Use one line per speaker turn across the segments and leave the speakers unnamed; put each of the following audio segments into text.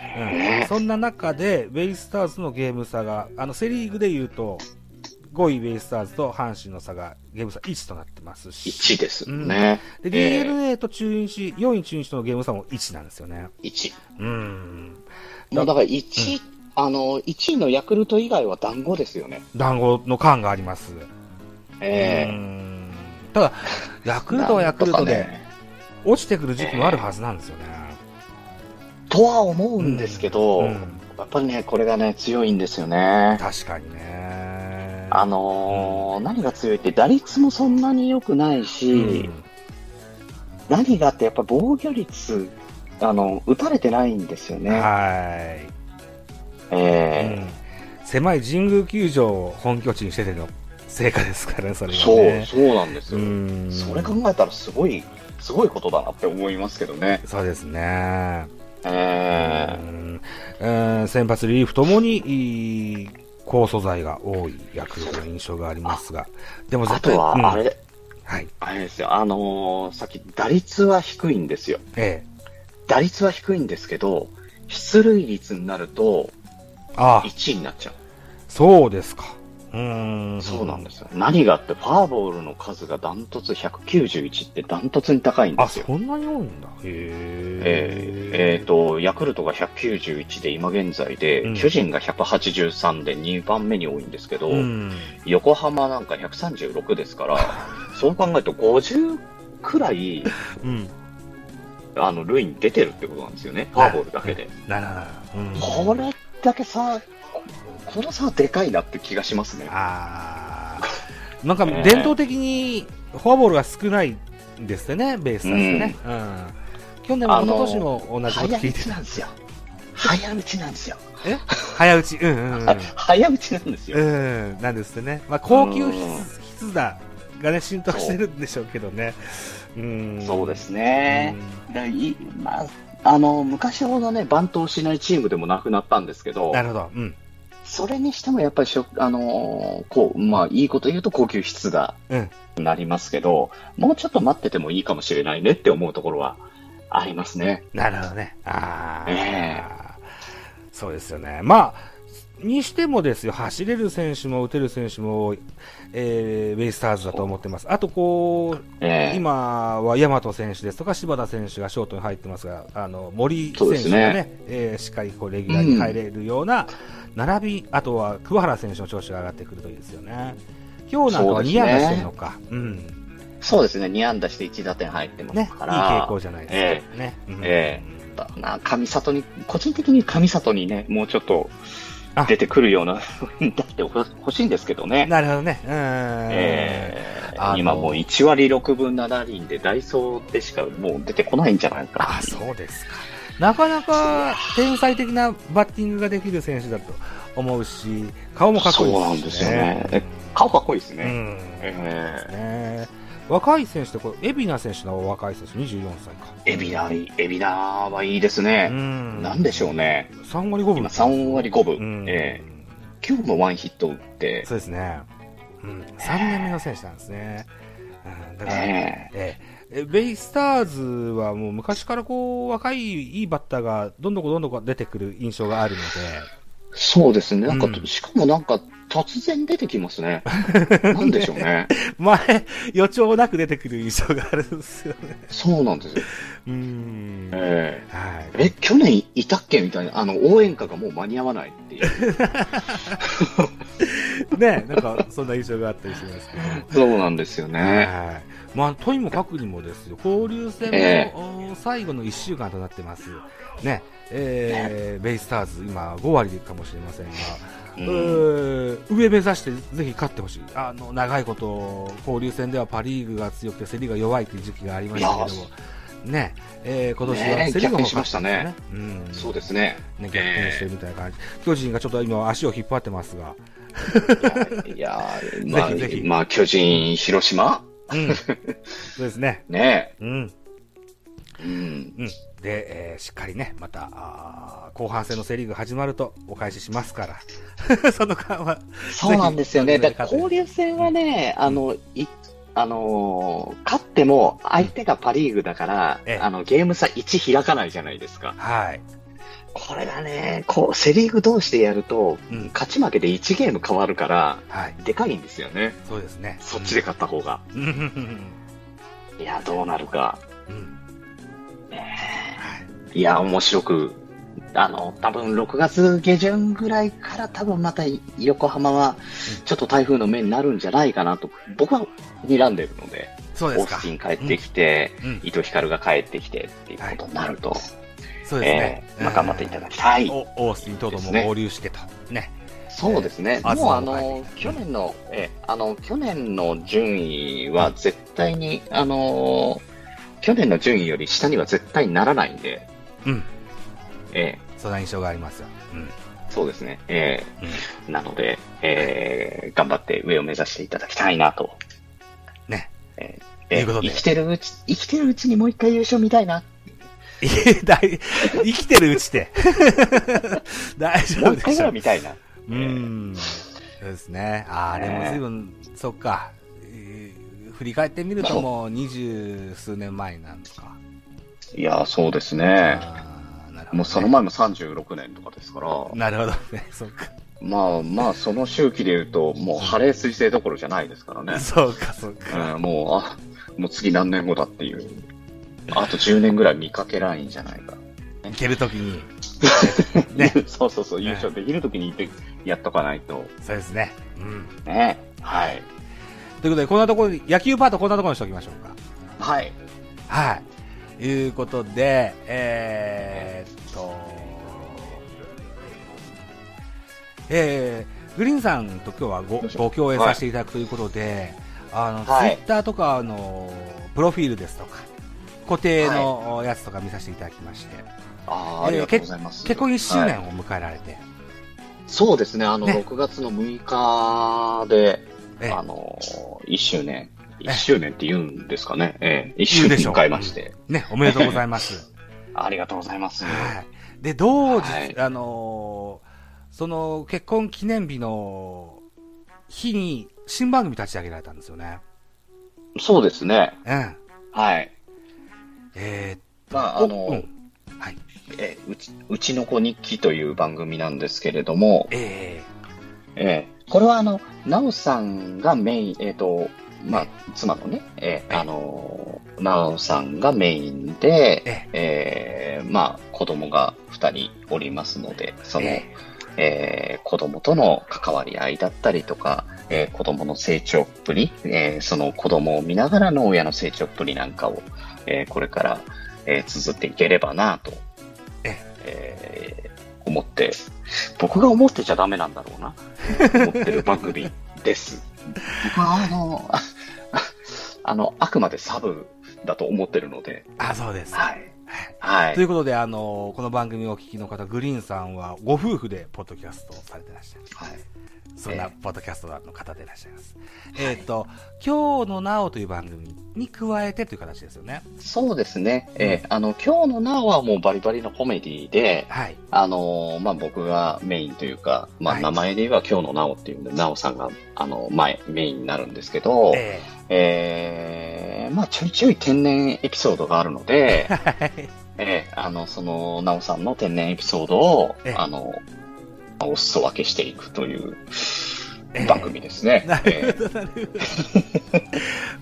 うんそんな中で、ベイスターズのゲーム差が、あのセ・リーグで言うと、5位ベイスターズと阪神の差がゲーム差1となってますし、
1ですね。
で
ええ
DNA と中日、4位中日とのゲーム差も1なんですよね。
1。
うん。
もうだから1、あの、1位のヤクルト以外は団子ですよね。
団子の感があります。う
え
んただ、ヤ
え
クルトはヤクルト
なんとか
で、
ね
落ちてくる時期もあるはずなんですよね。
とは思うんですけど、
うん
やっぱりね、これがね、強いんですよね。
確かにね。
あのー何が強いって、打率もそんなに良くないし、
うん
何があって、やっぱ防御率、あの、打たれてないんですよね。
はーい、う
え
ん狭い神宮球場を本拠地にしてての成果ですからね、そ
え
れは
そう、
ね。
そうなんですよ。
うん
それ考えたらすごい、すごいことだなって思いますけどね。
そうですね。
え
うんうん先発、リリーフともにいい高素材が多いヤクルトの印象がありますが、でも
えあ
絶対、
と
うん
は、あれ、
はい、
あれですよ、あのーさっき打率は低いんですよ。
ええ、
打率は低いんですけど、出塁率になると
ああ、
1位になっちゃう。
そうですか。うん、。
そうなんですすよ。何があって、ファーボールの数がダントツ191ってダントツに高いんで
あ、
すよ。
そんなに多いんだ。へえ
えええーと、ヤクルトが191で今現在で、
うん
巨人が183で2番目に多いんですけど、
うん、
横浜なんか136で すから、そう考えると50くらい、
うん、
あの、塁に出てるってことなんですよね。ファーボールだけで。
ならなら、うん、
これだけさ、ここの差はでかいなって気がしますね。
あーなんか
ええ
伝統的にフォアボールが少ないんですってね、ベースなんですよね。うん去年も
あの
今年も同じこと
早
聞
打
いて
ち
た。
なんですよ。早打ちなんですよ。
え早打ち、うんうんうん
あ早打ちなんですよ。
うん、なんですってね。まあ、高級
う
筆筆打がね、浸透してるんでしょうけどね。うん、
そうです
ね
ね。だいまあ、あの昔ほどね、バントをしないチームでもなくなったんですけど
な、るほど、うん、
それにしてもやっぱりしょ、あのーこうまあ、いいこと言うと高級質が
うん
なりますけど、もうちょっと待っててもいいかもしれないねって思うところはありますね。
なるほどね。ああ、
え
そうですよね。まあ、にしてもですよ、走れる選手も打てる選手も多い、えー、ベイスターズだと思ってます。あと、こう、
ええ
今は大和選手ですとか、柴田選手がショートに入ってますが、あの森選手が
そう
ね、
です
えーしっかりこうレギュラーに入れるような並び、あとは桑原選手の調子が上がってくるといいですよね。今日なんかは2安打してるのか。うん。
そうですね、2安打して1打点入ってま
ね、いい
すから、
傾向じゃないですか。ね。うん
えな上里に、個人的に上里にね、もうちょっと
あ
出てくるような、 だってほ欲しいんですけど ね。
なるほどね。うーん。
えー
あの
今もう1割6分7厘でダイソーでしかもう出てこないんじゃないか
あ、そうですか。なかなか天才的なバッティングができる選手だと思うし、顔もかっこいい
そうなんですよねえ顔かっこいいです
う
ね、
ん。
え
ね若い選手ってこれ、海老名選手の若い選手、24歳か。
ー、エビナーエビナーはいいですね、
ん
なんでしょうね
3割5分。
今3割5分、
うん
えー、今日もワンヒット打って、
そうですね。うん。3年目の選手なんですね。うん、だから、
え
ええ、えベイスターズはもう昔からこう若いいいバッターがどんどんどんどん出てくる印象があるの
ーそうですねなんか、
うん
しかもなんか突然出てきま すねなんでしょうね
で、前、 予兆なく出てくる印象があるんですよね。
そうなんですよ、
うーん。は
えー、
い。
え去年いたっけみたいなあの応援歌がもう間に合わないっていう
ね、なんかそんな印象があったりしますけど。
そうなんですよね。
はい。まあ、とにもかくにもですよ、交流戦
ええ
もお最後の1週間となってます。ね、えーベイスターズ、今5割かもしれませんが、
う
え
ん
ー上目指してぜひ勝ってほしい。あの、長いこと、交流戦ではパリーグが強くてセリーグが弱いという時期がありましたけども、ね、えー今年は
ねえ
セリーグの方が
逆転しましたね
勝ったんですよね。うん。
そうですね。
ね、逆転してるみたいな感じ。巨人がちょっと今足を引っ張ってますが、
いや ー、まあ、
ぜひぜひ
まあ、巨人、広島
うん。そうですね。
ね
うん。
え。うん。
うん、で、えーしっかりね、また、あー後半戦のセ・リーグ始まるとお返ししますから、 その間は、
そうなんですよね。
ぜ
だ
ひ
から交流戦はね、あの、い、あのー勝っても相手がパリーグだから、
ええ
あの、ゲーム差1開かないじゃないですか。
はい、
これがね、こう、セリーグ同士でやると、
うん。
勝ち負けで1ゲーム変わるから、
はい。
でかいんですよね。
そうですね。
そっちで勝った方が。
うん。うんうん
いや、どうなるか。
うんうん。はい。
いや、面白く。あの、多分6月下旬ぐらいから多分また横浜はちょっと台風の目になるんじゃないかなと、僕は睨んでるので、
そうです
オー
か
ス。ティン帰ってきて、
うん。
伊藤光が帰ってきてっていうことになると、
そうです
え
ね。
ーまあ頑張っていただきたい。
おオースティンとども合流してと。ね。
そうですね。
えー
もうあ
東も
の
帰って、きた
去年の、えーあの、去年の順位は絶対に、あのー去年の順位より下には絶対にならないんで、
うん。
え
そんな印象がありますよ。 うん。
ーそうですね。えー
うん
なので、えー頑張って上を目指していただきたいなと。
ね。
え
ということで
生きてるうち、生きてるうちにもう一回優勝見たいな。
いえ大生きてるうちで。 大丈夫で
もう一回ぐ
し
ら
ょ
い。見たいな。
うーん。そうですね。ああ、でも随分、そっか。えー振り返ってみるともう二十数年前なんか。
いやー、そうですね。
あーなるほどね
もうその前も36年とかですから、
なるほどね。 そっか。
まあまあ、その周期で言うと、もうハレー彗星どころじゃないですからね。
そうか、そうか。
うん、もう、あ、もう次何年後だっていう。あと10年ぐらい見かけないんじゃないか。
いけるときに。ね
ね、 そうそうそう、優勝できるときにってやっとかないと。
そうですね。うん。
ね。はい。
ということで、こんなところに、野球パートこんなところにしておきましょうか。
はい。
はい。いうことで、えーっと、えー、グリーンさんと今日はご
よいしょ
ご共演させていただくということで、あの、
はい
ツイッターとかの、プロフィールですとか、固定のやつとか見させていただきまして、
あ
えー
ーありがとうございます。
結婚1周
はい
年を迎えられて、
そうですね、あの、
ね
6月の6日で、
え
あ
ー
の、1周年、
え
1周年って言うんですかね。ええ、1
言
周
うで
年
しょう
迎えまして。
ね、おめでとうござい ます。
ありがとうございます。
はい。で、同日、
はい
あのーその結婚記念日の日に新番組立ち上げられたんですよね。
そうですね。
うん。
はい。
えー、
まあ、
お
あの、
うんはい。
えうち、うちの子日記という番組なんですけれども、
え
ええこれはあの、なおさんがメイン、えっ、と、まあ、妻のね、ええ
はい
あの、なおさんがメイン
ー、
で、
え
ええまあ、子供が二人おりますので、そ
ー、
の、え
え
え子供との関わり合いだったりとか、ええ子供の成長っぷり、ええその子供を見ながらの親の成長っぷりなんかを、ええこれから、ええ綴っていければなと、
え
ええ思って、僕が思ってちゃダメなんだろうな。思ってる番組です。僕はあの、あ あの、あくまでサブだと思ってるので、
ー、あ、そうです。
はい。
はい
は
とい
い。
うことで、あのーこの番組をお聞きの方、グリーンさんはご夫婦でポッドキャストをされてらっしゃる。
はい
そん
え
な
え
ポッドキャストの方でいらっしゃいます。えっ、と、今日のなおという番組に加えてという形ですよね。
そうですね。えーあの、今日のなおはもうバリバリのコメディで、
はい。
あのーまあ、僕がメインというか、ま
は
あ、
い
名前で言えば今日のなおっていうんで、なおさんが、あの、前、メインになるんですけど、え
え
ーまあ、ちょいちょい天然エピソードがあるので、
ー、はい。
ええ、あの、その、なおさんの天然エピソードを
ええ、
あの、お裾分けしていくという
ええ
番組ですね。
なる
え
ほど、なるほど。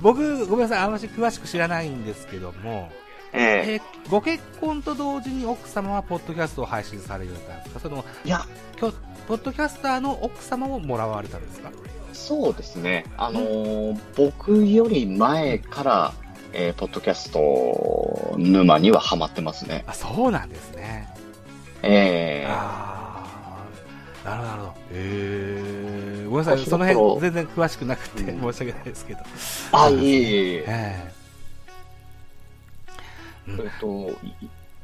僕、ごめんなさい、あんまり詳しく知らないんですけども、
ええ
えーご結婚と同時に奥様はポッドキャストを配信されるようになったんですかその、
えいや、
今日、ポッドキャスターの奥様ももらわれたんですか
そうですね。あのー、僕より前から、えーポッドキャスト沼にはハマってますね。
あ、そうなんですね。
ええ
ああ、なるほど、なるほど。えー、ごめんなさい、その
私の頃
辺全然詳しくなくて、
うん
申し訳ないですけど。
あ、いえいえいえ。
え
えっと、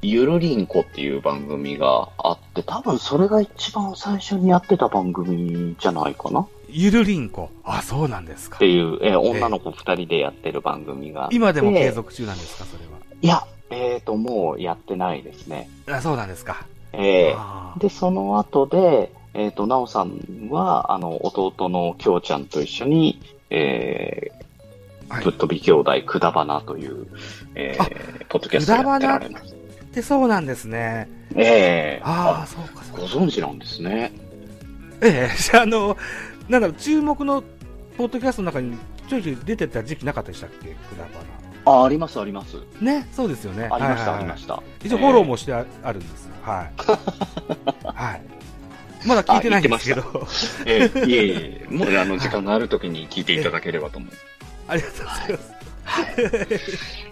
ゆるりんこっていう番組があって、多分それが一番最初にやってた番組じゃないかな。
ー、ゆるりんこ。あ、そうなんです
っ
か
て。いう、えー女の子二人でやってる番組が。
今でも継続中なんですか、それは。
いや、えっ、と、もうやってないですね。
あそうなんですか。
ええ
あー
で、その後で、えっ、と、なおさんは、あの、弟のきょうちゃんと一緒に、え
は
ー、
い
ぶっ飛び兄弟くだばなという、え
あ
ー、ポッドキャストやってられます。
ってそうなんですね。
ええ
ああ、そうか、そう
ご
か。
存知なんですね。
ええじゃあ、あの、なんだろう、注目のポッドキャストの中にちょいちょい出てた時期なかったでしたっけ、クラバナ。
あ、あります、あります。
ね、そうですよね。
ありまし
は
た、
い
あ
はいはい
りました。
一応フォロー
え
もしてああるんですよ。はい。はい。まだ聞いてないんですけど。
え。ええいえい え、もうあの、時間があるときに聞いていただければと思う。
ありがとうございます。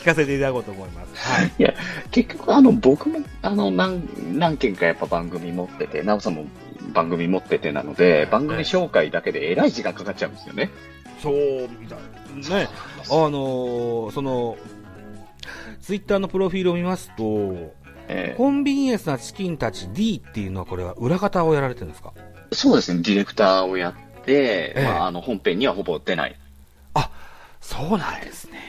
聞かせていただこうと思います。はい。
結局、あの、僕も、あの、何、何件かやっぱ番組持ってて、なおさんも番組持っててなので、番組紹介だけでえらい時間かかっちゃうんですよね。
そう、みたい。ね、あのーその、ツイッターのプロフィールを見ますと、
ええ
コンビニエンスなチキンたち D っていうのはこれは裏方をやられてるんですか
そうですね、ディレクターをやっ
え
て、
え
まあ、あの、本編にはほぼ出ない。
そうなんですね。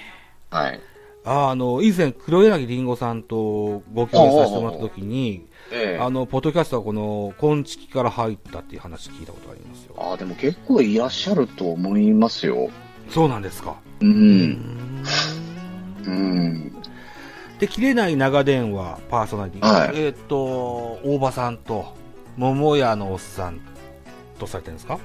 はい。
あの、以前、黒柳りんごさんとご共演させてもらった時に、
ええ
あの、ポッドキャストはこの、昆虫から入ったっていう話聞いたことがありますよ。
ああ、でも結構いらっしゃると思いますよ。
そうなんですか。
う
うー
ん。
ん
うん。
で、切れない長電話パーソナリティ。
はい
えっ、と、大場さんと、桃屋のおっさんとされてるんですか
ん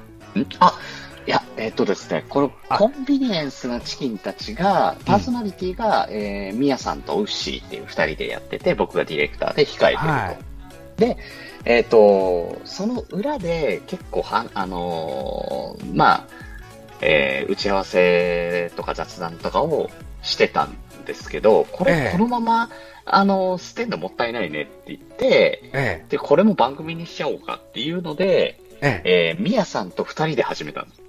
あ、いや、えっとですね、この
あ
コンビニエンスなチキンたちが、パーソナリティが、えー、ミヤさんとウッシーっていう二人でやってて、僕がディレクターで控えてると。
はい
で、えっ、と、その裏で結構は、あのーまあ、えー打ち合わせとか雑談とかをしてたんですけど、これ、
ええ
このまま、あのー捨てんのもったいないねって言って、
え
で、これも番組にしちゃおうかっていうので、
え、ええ。
えー、ミヤさんと二人で始めたんです。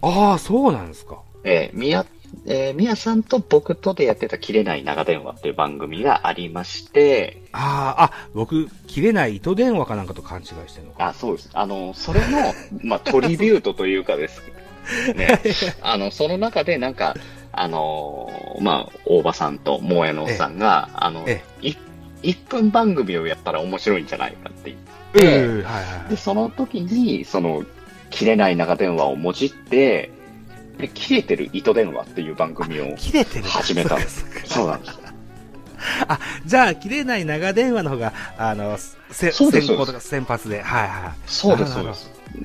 ああ、そうなんですか。
えー、みや、えー、みやさんと僕とでやってた切れない長電話っていう番組がありまして、
ああ、あ、僕、切れない糸電話かなんかと勘違いしてるのか。
あ、そうです。あの、それの、 まあ、トリビュートというかですね。あの、その中でなんか、あのーまあ、大場さんと萌えのおっさんが、あの、
え
い1分番組をやったら面白いんじゃないかって言って
え
え
えはいはいは
で、
い。
その時に、その、切れない長電話をもじって、で、切れてる糸電話っていう番組を、
切れてるから
始めた
そうかそうか
そうなんです。
じゃあ、切れない長電話の方が、あの、せ
そうです
先行とか先発で。はいはい。
そうです、
な
そう
るほ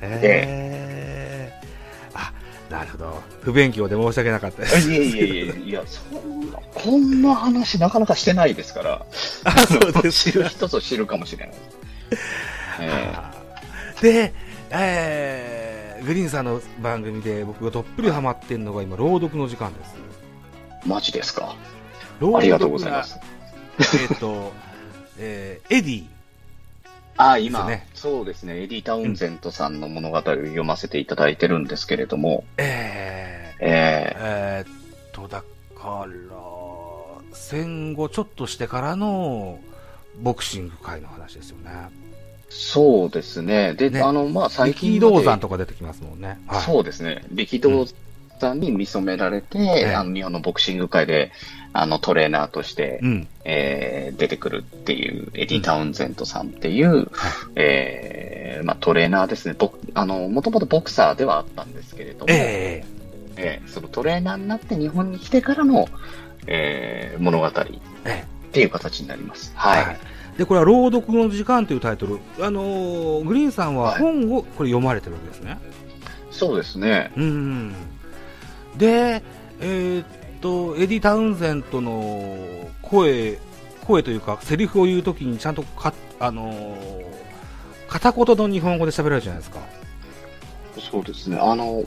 ど
です。
ええあ、なるほど。不勉強で申し訳なかったで
え
す。
いえいえいえ、いや、そんな、こんな話なかなかしてないですから、
あ、そうです
知る人ぞ知るかもし れない。え
で、えー、グリーンさんの番組で僕がどっぷりハマってんのが今、朗読の時間です。
ー、マジですか。
朗読
ありがとうございます。。
えっ、と、 えー、エディ。
あ、今、
ですね
そうですね、エディ・タウンゼントさんの物語を読ませていただいてるんですけれども、
えー、
え
えーっと、だから、戦後ちょっとしてからのボクシング界の話ですよね。
ー、そうですね、で、
ね
あの、まあ、最近
力
まで
道山とか出てきますもんね。はい、
そうですね、力道山に見初められて、
え
あの日本のボクシング界で、あの、トレーナーとして、
うん。
えー出てくるっていう、エディ・タウンゼントさんっていう、えーまあ、トレーナーですね。僕、あの、もともとボクサーではあったんですけれども、
ええ
えーそのトレーナーになって日本に来てからの、えー物語っ
え
ていう形になります。
え
はい。
で、これは朗読の時間というタイトル。あのーグリーンさんは
はい
本をこれ読まれてるわけですね。
そうですね。
うん。で、えーっと、エディ・タウンゼントの声、声というか、セリフを言うときにちゃんとか、あのー片言の日本語で喋られるじゃないですか。
そうですね。あの、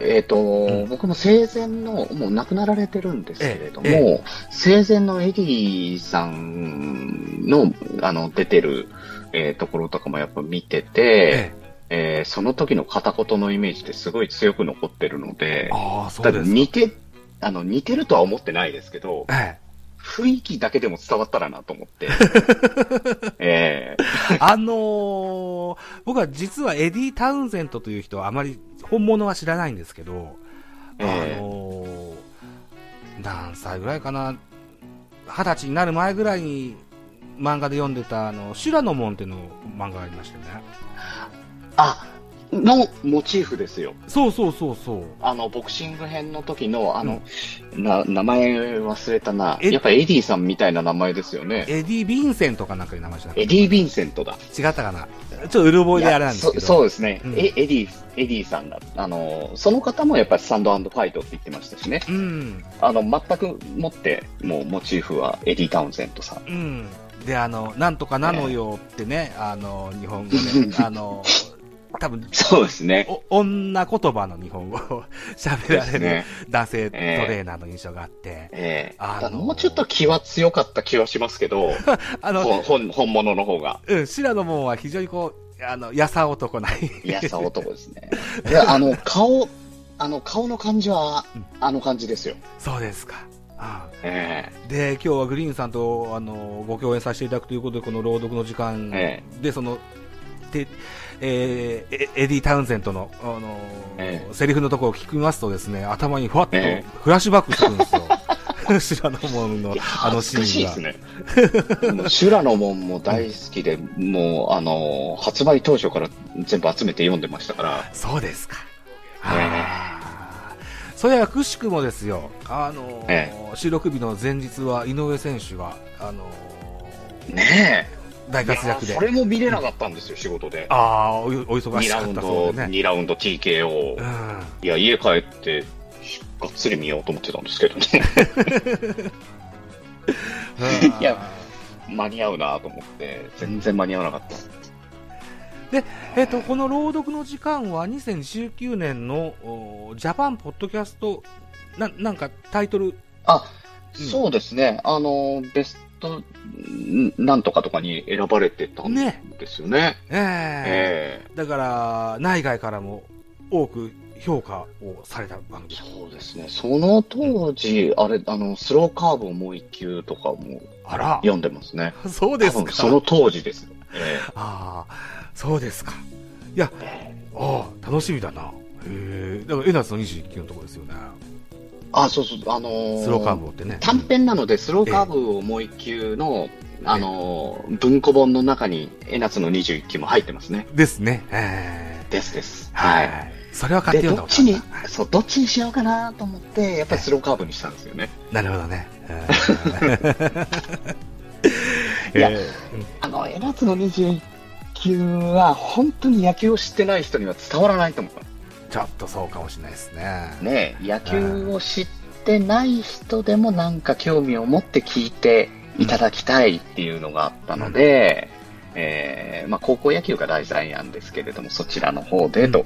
えっ、と、
ん
僕も生前の、もう亡くなられてるんですけれども、
ええ
生前のエディさんの、あの、出てる、えーところとかもやっぱ見てて、
ええ
えーその時の片言のイメージってすごい強く残ってるので、
ああ、そ
多
うで
分
すか。
似て、あの、似てるとは思ってないですけど、
え
雰囲気だけでも伝わったらなと思 って。
え、
ええ
あのー僕は実はエディ・タウンゼントという人はあまり本物は知らないんですけど、あ
ええ
のー何歳ぐらいかな、二十歳になる前ぐらいに漫画で読んでた、あの、修羅の門っていうの漫画がありましてね。
あ、のモチーフですよ。
そうそうそうそう。
あの、ボクシング編の時の、あの、な、名前忘れたな。
え
やっぱエディさんみたいな名前ですよね。
エディ・ヴィンセントかなんかいう名前じゃなく
エディ・ヴィンセントだ。
て違ったかなちょっとうる覚えであれなんですけ
いや
ど。
そそうですね、
うん
えエディ、エディさんだ。あの、その方もやっぱりスタンドファイトって言ってましたしね。
うん。
あの、全くもって、もうモチーフはエディ・タウンゼントさん。
うん。で、あの、なんとかなのよってね、あの、日本語で、あの、多分、
そうですね。
お女言葉の日本語を 喋られる
ね。
男性トレーナーの印象があって、
ええ
あのー
ただもうちょっと気は強かった気はしますけど、
あの、
ほん本本物の方が。
うん、白の門は非常にこう、あの、やさ男ない。
いやさ男ですね。いや、あの、顔、あの、顔の感じは
うん、
あの感じですよ。
そうですか。あ
え
あで、今日はグリーンさんと、あの、ご共演させていただくということで、この朗読の時間
え
で、その、で、えーエエディ・タウンゼントの、あの、
え
セリフのところを聞きますとですね、頭にふわっと
え
フラッシュバックしてくるんですよ。 白の門の
え。
あの
恥
シ
ずか
ー
しい
ン
で
が。
すね。もう修羅の門も大好きで、もう、あの、発売当初から全部集めて読んでましたから、
そうですか。
ええ
あーそれはくしくもですよ、あのー
え
収録日の前日は井上選手が、あのー
ね
大
え。
活躍
いや
で
そ、れも見れなかったんですよ、仕事で。
ああおお忙し
2ラ
か
ウン
った
ド、
そうでね。
2ラウンド TKO
う。ん
いや、家帰って、がっつり見ようと思ってたんですけどね。
うん
いや間に合うなと思って、全然間に合わなかった。
えっとこの朗読の時間は2019年のおジャパンポッドキャストななんかタイトル、
あ、
うん
そうですね。あの、ベスト、んなんとかとかに選ばれてたん
ね
ですよね。
ええ
ええ
だから内外からも多く評価をされた番組
そうですね。その当時、あれ、あの、スローカーブをもう一球とかも
あら
読んでますね。
そうです
多
か
分その当時です。え
ああ、そうですか。いや、
え
ああ、楽しみだな。へえ、だから、江夏の21期のところですよね。
あ、そうそう、あのー
スローカーブをってね。
短編なので、スローカーブをもう一球の、あのー文庫本の中に、江夏の21期も入ってますね。
ですね。え
ですです。
え
はい。。
それは買っ
で
て
ど
読んだ
っ
こと
ち
ある
にそうどっちにしようかなと思ってやっぱりスローカーブにしたんですよね。
なるほどね。
いや
え
あの江夏の29は本当に野球を知ってない人には伝わらないと思う。
えちょっとそうかもしれないですね。
ねえ野球を知ってない人でもなんか興味を持って聞いていただきたいっていうのがあったので、えーまあ高校野球が題材なんですけれどもそちらの方でと、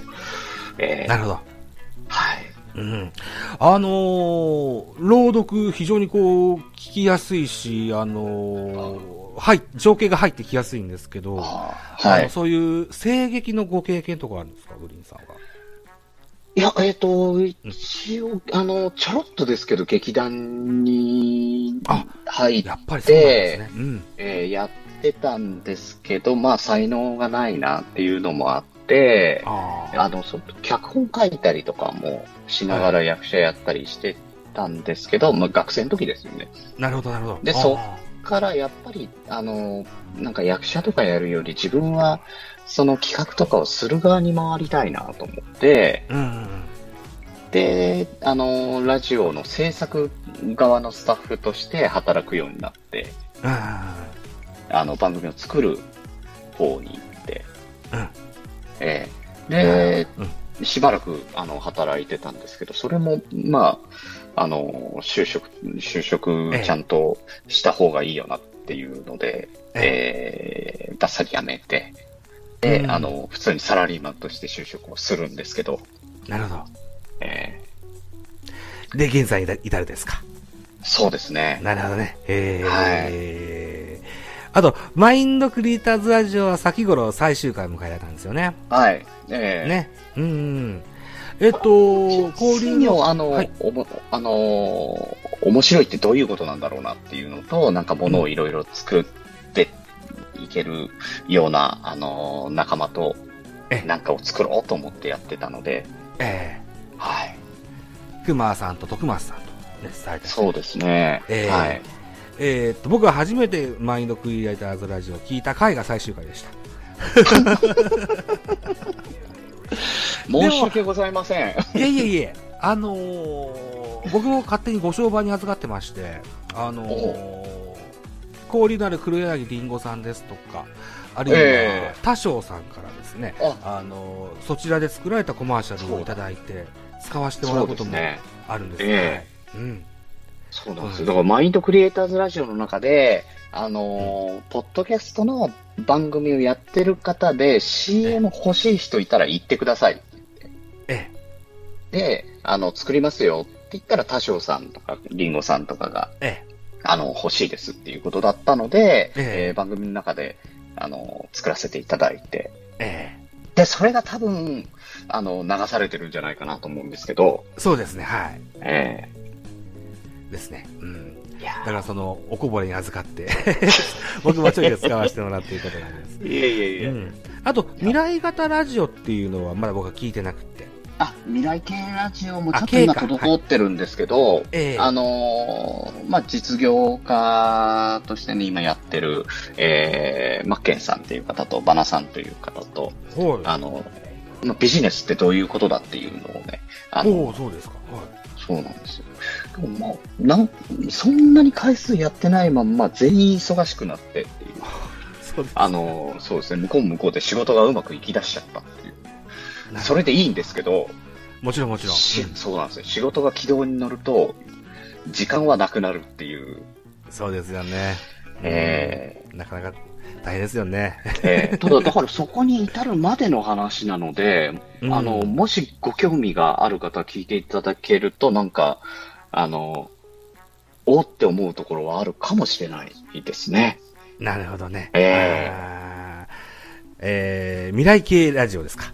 えー
なるほど。
はい。
うん、あのー朗読、非常にこう、聞きやすいし、あのーはい、情景が入ってきやすいんですけど、
あー
は、
はいい。
そういう声劇のご経験とかあるんですか、グリーンさんは。
いや、えっ、と、一応、あの、ちょろっとですけど、劇団に
あ
入っ
やっぱりそうなんです
て、
ね。うん。
えーやってたんですけど、まあ、才能がないなっていうのもあって、
ああ。
あの、そ脚本書いたりとかもしながら役者やったりしてたんですけど、まあ、学生の時ですよね。
なるほど、なるほど。
でそう
あ
から、やっぱり、あの、なんか役者とかやるより、自分は、その企画とかをする側に回りたいなと思って、
ー。うんうんうん。
で、あの、ラジオの制作側のスタッフとして働くようになって、
うん
あの、番組を作る方に行って、
うん
ええ
うんうん
で、しばらく、あの、働いてたんですけど、それも、まあ、あの、就職、就職ちゃんとした方がいいよなっていうので、
え
ええバッサリ辞めて、で、
うん
あの、普通にサラリーマンとして就職をするんですけど、
なるほ
え
ど。で、現在に至るですか。
えそうですね。
なるほどね。え
はい
えあと、マインドクリエイターズラジオは先頃最終回を迎えられたんですよね。
はい。ええ
ね。うんうん。えっと、交流の。
をあの、
はい
おもあのー面白いってどういうことなんだろうなっていうのと、なんか物をいろいろ作っていけるような、あのー仲間と
ええ、
なんかを作ろうと思ってやってたので、
え
はい。
えー、熊さんと徳松さんと、ね、されてて
そうですね。
ええ
はい。
えーっと、僕が初めてマインドクリエイターズラジオを聞いた回が最終回でした。
申し訳ございません。
いやいやいや、あのー僕も勝手にご商売に預かってまして、あのー、氷のある黒柳りんごさんですとか、あるいは、
ええ
他商さんからですね、
あ、
あのーそちらで作られたコマーシャルをいただいて、使わせてもら
そうう
こ
で
と
す
も
ね。
あるんですね。
え
うん。
そうなんですよ。だから、マインドクリエイターズラジオの中で、あのーポッドキャストの番組をやってる方で、CM 欲しい人いたら言ってください。
え
で、あの、作りますよって言ったら、多少さんとか、りんごさんとかが、
え、え
あの、欲しいですっていうことだったので、
ええ
えー番組の中で、あの、作らせていただいて、
え、え
で、それが多分、あの、流されてるんじゃないかなと思うんですけど、
え、そうですね、はい。
え
ですね。うん。
え
だからその、おこぼれに預かって、 僕もちょいで使わせてもらっていることなんです。
いやいやいや、
うん、あと、未来型ラジオっていうのはまだ僕は聞いてなくて。
あ、未来系ラジオもちょ
あ
っと今
系か
滞ってるんですけど、
ええ
あのーまあ、実業家としてね、今やってる、えー、マッケンさんっていう方と、バナさんという方と、
はい。
あの、まあビジネスってどういうことだっていうのをね、あの、
おお、そうですか。は
そうなんですよ。でもまあ、なん、そんなに回数やってないまんま、全員忙しくなってっていう。
い。そうです。
あの、そうですね、向こうも向こうで仕事がうまくいき出しちゃったっていう。それでいいんですけど、
もちろんもちろん。
し
うん
そうなんですよ。仕事が軌道に乗ると、時間はなくなるっていう。
そうですよね。
え
なかなか大変ですよね。
ーえーただ、だからそこに至るまでの話なので、あの、
うん
もしご興味がある方、聞いていただけると、なんか、あの、おって思うところはあるかもしれないですね。
なるほどね。
ええ
あーえー未来系ラジオですか。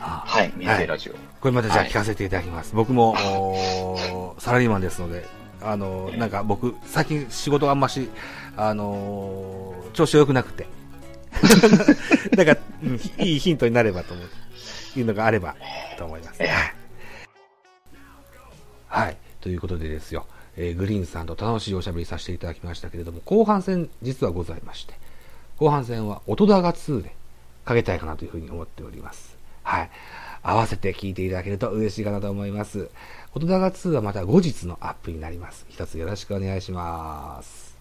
あ
はい、未来ラジオ。
ーこれまたじゃあ
はい
聞かせていただきます。僕も、おーサラリーマンですので、あの、なんか僕、最近仕事があんまし、あのー調子良くなくて。 だから、うんいいヒントになればと思う。いうのがあれば、と思います。
ええ
はい。ということでですよ、えーグリーンさんと楽しいおしゃべりさせていただきましたけれども、後半戦実はございまして、後半戦は音だが2でかけたいかなというふうに思っております。はい。合わせて聞いていただけると嬉しいかなと思います。音だが2はまた後日のアップになります。一つよろしくお願いします。